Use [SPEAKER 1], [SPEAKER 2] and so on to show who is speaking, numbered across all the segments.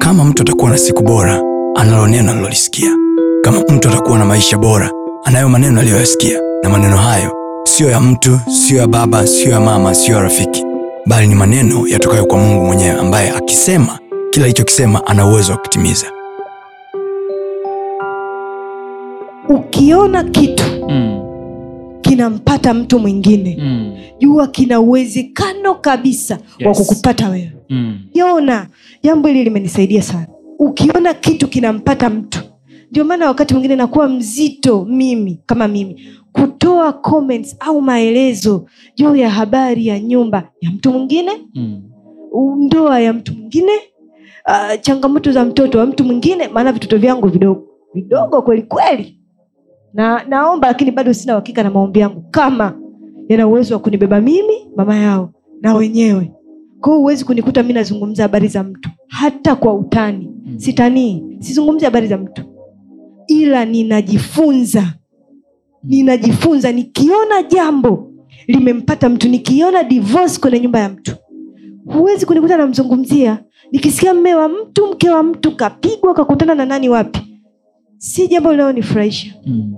[SPEAKER 1] Kama mtu atakuwa na siku bora, analo neno alilolisikia. Kama mtu atakuwa na maisha bora, anayo maneno aliyoyasikia, na maneno hayo siyo ya mtu, siyo ya baba, siyo ya mama, siyo ya rafiki, bali ni maneno yatokayo kwa Mungu mwenyewe, ambaye akisema kila alichokisema ana uwezo wa kutimiza.
[SPEAKER 2] ukiona kitu
[SPEAKER 3] mm,
[SPEAKER 2] kinampata mtu mwingine
[SPEAKER 3] mm,
[SPEAKER 2] jua kina uwezekano kabisa wa
[SPEAKER 3] Yes.
[SPEAKER 2] kukupata wewe
[SPEAKER 3] mm,
[SPEAKER 2] yona jambo hili limenisaidia sana ukiona kitu kinampata mtu ndio maana wakati mwingine nakuwa mzito mimi kama mimi kutoa comments au maelezo juu ya habari ya nyumba ya mtu mwingine
[SPEAKER 3] mm.
[SPEAKER 2] ndoa ya mtu mwingine uh, changamoto za mtoto wa mtu mwingine maana vitoto vyangu vidogo vidogo kweli kweli na naomba lakini bado sina uhakika na maombi yangu kama yana uwezo wa kunibeba mimi mama yao na wenyewe kwao huwezi kunikuta mi nazungumza habari za mtu hata kwa utani
[SPEAKER 3] Mm.
[SPEAKER 2] sitanii sizungumzi habari za mtu ila ninajifunza ninajifunza nikiona jambo limempata mtu nikiona divorce kwenye nyumba ya mtu huwezi kunikuta namzungumzia nikisikia mme wa mtu mke wa mtu kapigwa kakutana na nani wapi si jambo linalonifurahisha
[SPEAKER 3] Mm.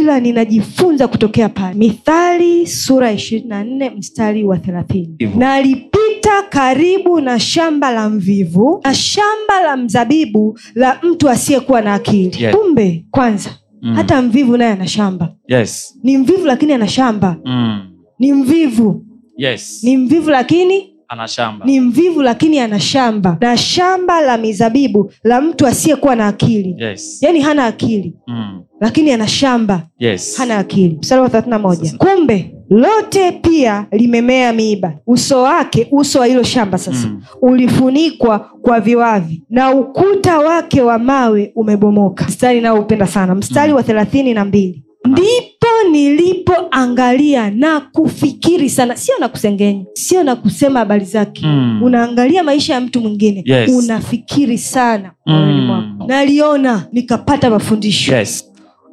[SPEAKER 2] ila ninajifunza kutokea pale mithali sura ishirini na nne mstari wa thelathini
[SPEAKER 3] Hivyo.
[SPEAKER 2] nalipita karibu na shamba la mvivu na shamba la mzabibu la mtu asiyekuwa na akili
[SPEAKER 3] Yeah.
[SPEAKER 2] kumbe kwanza
[SPEAKER 3] Mm.
[SPEAKER 2] hata mvivu naye ana shamba
[SPEAKER 3] yes
[SPEAKER 2] ni mvivu lakini ana shamba
[SPEAKER 3] mm.
[SPEAKER 2] ni mvivu
[SPEAKER 3] yes
[SPEAKER 2] ni mvivu lakini
[SPEAKER 3] ana shamba
[SPEAKER 2] ni mvivu lakini ana shamba na shamba la mizabibu la mtu asiyekuwa na akili
[SPEAKER 3] yes
[SPEAKER 2] yaani hana akili
[SPEAKER 3] mm.
[SPEAKER 2] lakini ana shamba
[SPEAKER 3] yes
[SPEAKER 2] hana akili mstari wa 31 kumbe lote pia limemea miiba uso wake uso wa hilo shamba sasa
[SPEAKER 3] Mm.
[SPEAKER 2] ulifunikwa kwa viwavi na ukuta wake wa mawe umebomoka mstari naoupenda sana mstari
[SPEAKER 3] Mm. Ah.
[SPEAKER 2] wa thelathini na mbili ndipo nilipoangalia na kufikiri sana sio na kusengenya sio na kusema habari zake
[SPEAKER 3] Mm.
[SPEAKER 2] unaangalia maisha ya mtu mwingine
[SPEAKER 3] Yes.
[SPEAKER 2] unafikiri sana
[SPEAKER 3] Mm.
[SPEAKER 2] moyoni mwako. naliona nikapata mafundisho
[SPEAKER 3] yes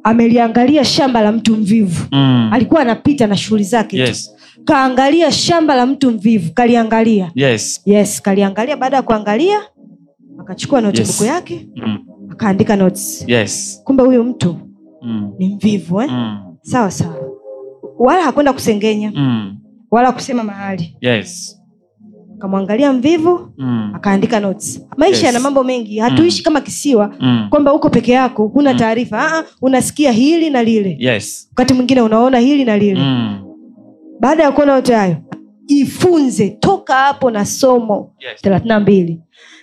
[SPEAKER 2] ameliangalia shamba la mtu mvivu
[SPEAKER 3] mm.
[SPEAKER 2] alikuwa anapita na shughuli zake tu.
[SPEAKER 3] yes
[SPEAKER 2] kaangalia shamba la mtu mvivu kaliangalia
[SPEAKER 3] yes
[SPEAKER 2] yes kaliangalia baada ya kuangalia akachukua notebook
[SPEAKER 3] Yes.
[SPEAKER 2] yake
[SPEAKER 3] mm.
[SPEAKER 2] akaandika notes
[SPEAKER 3] yes
[SPEAKER 2] kumbe huyu mtu
[SPEAKER 3] mm.
[SPEAKER 2] ni mvivu eh?
[SPEAKER 3] Mm.
[SPEAKER 2] sawa sawa wala hakwenda kusengenya
[SPEAKER 3] Mm.
[SPEAKER 2] wala kusema mahali
[SPEAKER 3] yes
[SPEAKER 2] akamwangalia mvivu
[SPEAKER 3] mm.
[SPEAKER 2] akaandika notes maisha
[SPEAKER 3] Yes.
[SPEAKER 2] yana mambo mengi hatuishi
[SPEAKER 3] Mm.
[SPEAKER 2] kama kisiwa
[SPEAKER 3] Mm.
[SPEAKER 2] kwamba uko peke yako huna
[SPEAKER 3] Mm.
[SPEAKER 2] taarifa Ah, ah, unasikia hili na lile
[SPEAKER 3] yes
[SPEAKER 2] wakati mwingine unaona hili na lile
[SPEAKER 3] mm.
[SPEAKER 2] baada ya kuona yote hayo jifunze toka hapo na somo
[SPEAKER 3] yes
[SPEAKER 2] 32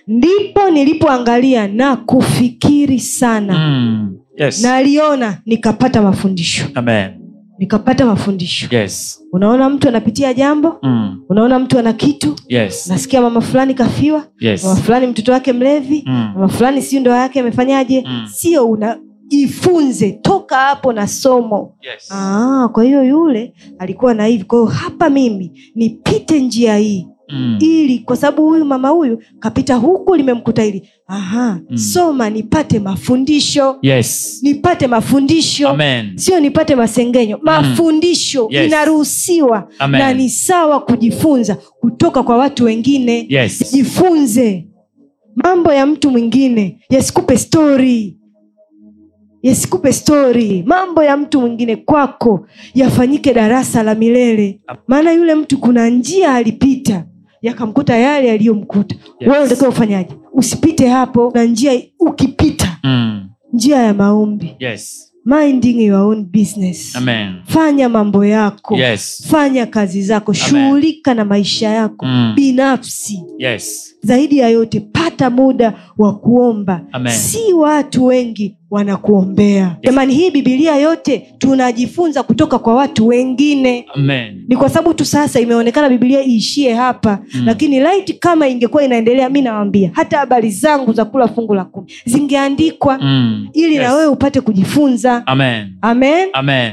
[SPEAKER 2] ndipo nilipoangalia na kufikiri sana
[SPEAKER 3] mm. yes
[SPEAKER 2] naliona nikapata mafundisho
[SPEAKER 3] amen
[SPEAKER 2] nikapata mafundisho
[SPEAKER 3] yes
[SPEAKER 2] unaona mtu anapitia jambo
[SPEAKER 3] mm.
[SPEAKER 2] unaona mtu ana kitu
[SPEAKER 3] yes
[SPEAKER 2] nasikia mama fulani kafiwa
[SPEAKER 3] yes
[SPEAKER 2] mama fulani mtoto wake mlevi
[SPEAKER 3] mm.
[SPEAKER 2] mama fulani siu ndoa yake amefanyaje
[SPEAKER 3] Mm.
[SPEAKER 2] sio una ifunze toka hapo na somo
[SPEAKER 3] yes
[SPEAKER 2] Aa, kwa hiyo yule alikuwa na hivi kwa hiyo hapa mimi nipite njia hii
[SPEAKER 3] mm.
[SPEAKER 2] ili kwa sababu huyu mama huyu kapita huku limemkuta hili aha
[SPEAKER 3] Mm.
[SPEAKER 2] soma nipate mafundisho
[SPEAKER 3] yes
[SPEAKER 2] nipate mafundisho
[SPEAKER 3] amen Mm.
[SPEAKER 2] sio nipate masengenyo mafundisho
[SPEAKER 3] Yes.
[SPEAKER 2] inaruhusiwa
[SPEAKER 3] Amen.
[SPEAKER 2] na ni sawa kujifunza kutoka kwa watu wengine
[SPEAKER 3] yes
[SPEAKER 2] jifunze mambo ya mtu mwingine yasikupe stori yasikupe stori mambo ya mtu mwingine kwako yafanyike darasa la milele maana yule mtu kuna njia alipita yakamkuta yale yaliyomkuta
[SPEAKER 3] Yes.
[SPEAKER 2] wewe unatakiwa ufanyaje usipite hapo na njia ukipita
[SPEAKER 3] mm.
[SPEAKER 2] njia ya maombi
[SPEAKER 3] yes
[SPEAKER 2] minding your own business
[SPEAKER 3] amen
[SPEAKER 2] fanya mambo yako
[SPEAKER 3] yes
[SPEAKER 2] fanya kazi zako shughulika na maisha yako
[SPEAKER 3] Mm.
[SPEAKER 2] binafsi
[SPEAKER 3] yes
[SPEAKER 2] zaidi ya yote pata muda wa kuomba
[SPEAKER 3] Amen.
[SPEAKER 2] si watu wengi wanakuombea jamani hii bibilia yote tunajifunza kutoka kwa watu wengine
[SPEAKER 3] amen
[SPEAKER 2] ni kwa sababu tu sasa imeonekana bibilia iishie hapa
[SPEAKER 3] Mm.
[SPEAKER 2] lakini light kama ingekuwa inaendelea mi nawambia hata habari zangu za kula fungu la kumi zingeandikwa
[SPEAKER 3] mm.
[SPEAKER 2] ili
[SPEAKER 3] yes.
[SPEAKER 2] na wewe upate kujifunza
[SPEAKER 3] amen
[SPEAKER 2] amen
[SPEAKER 3] amen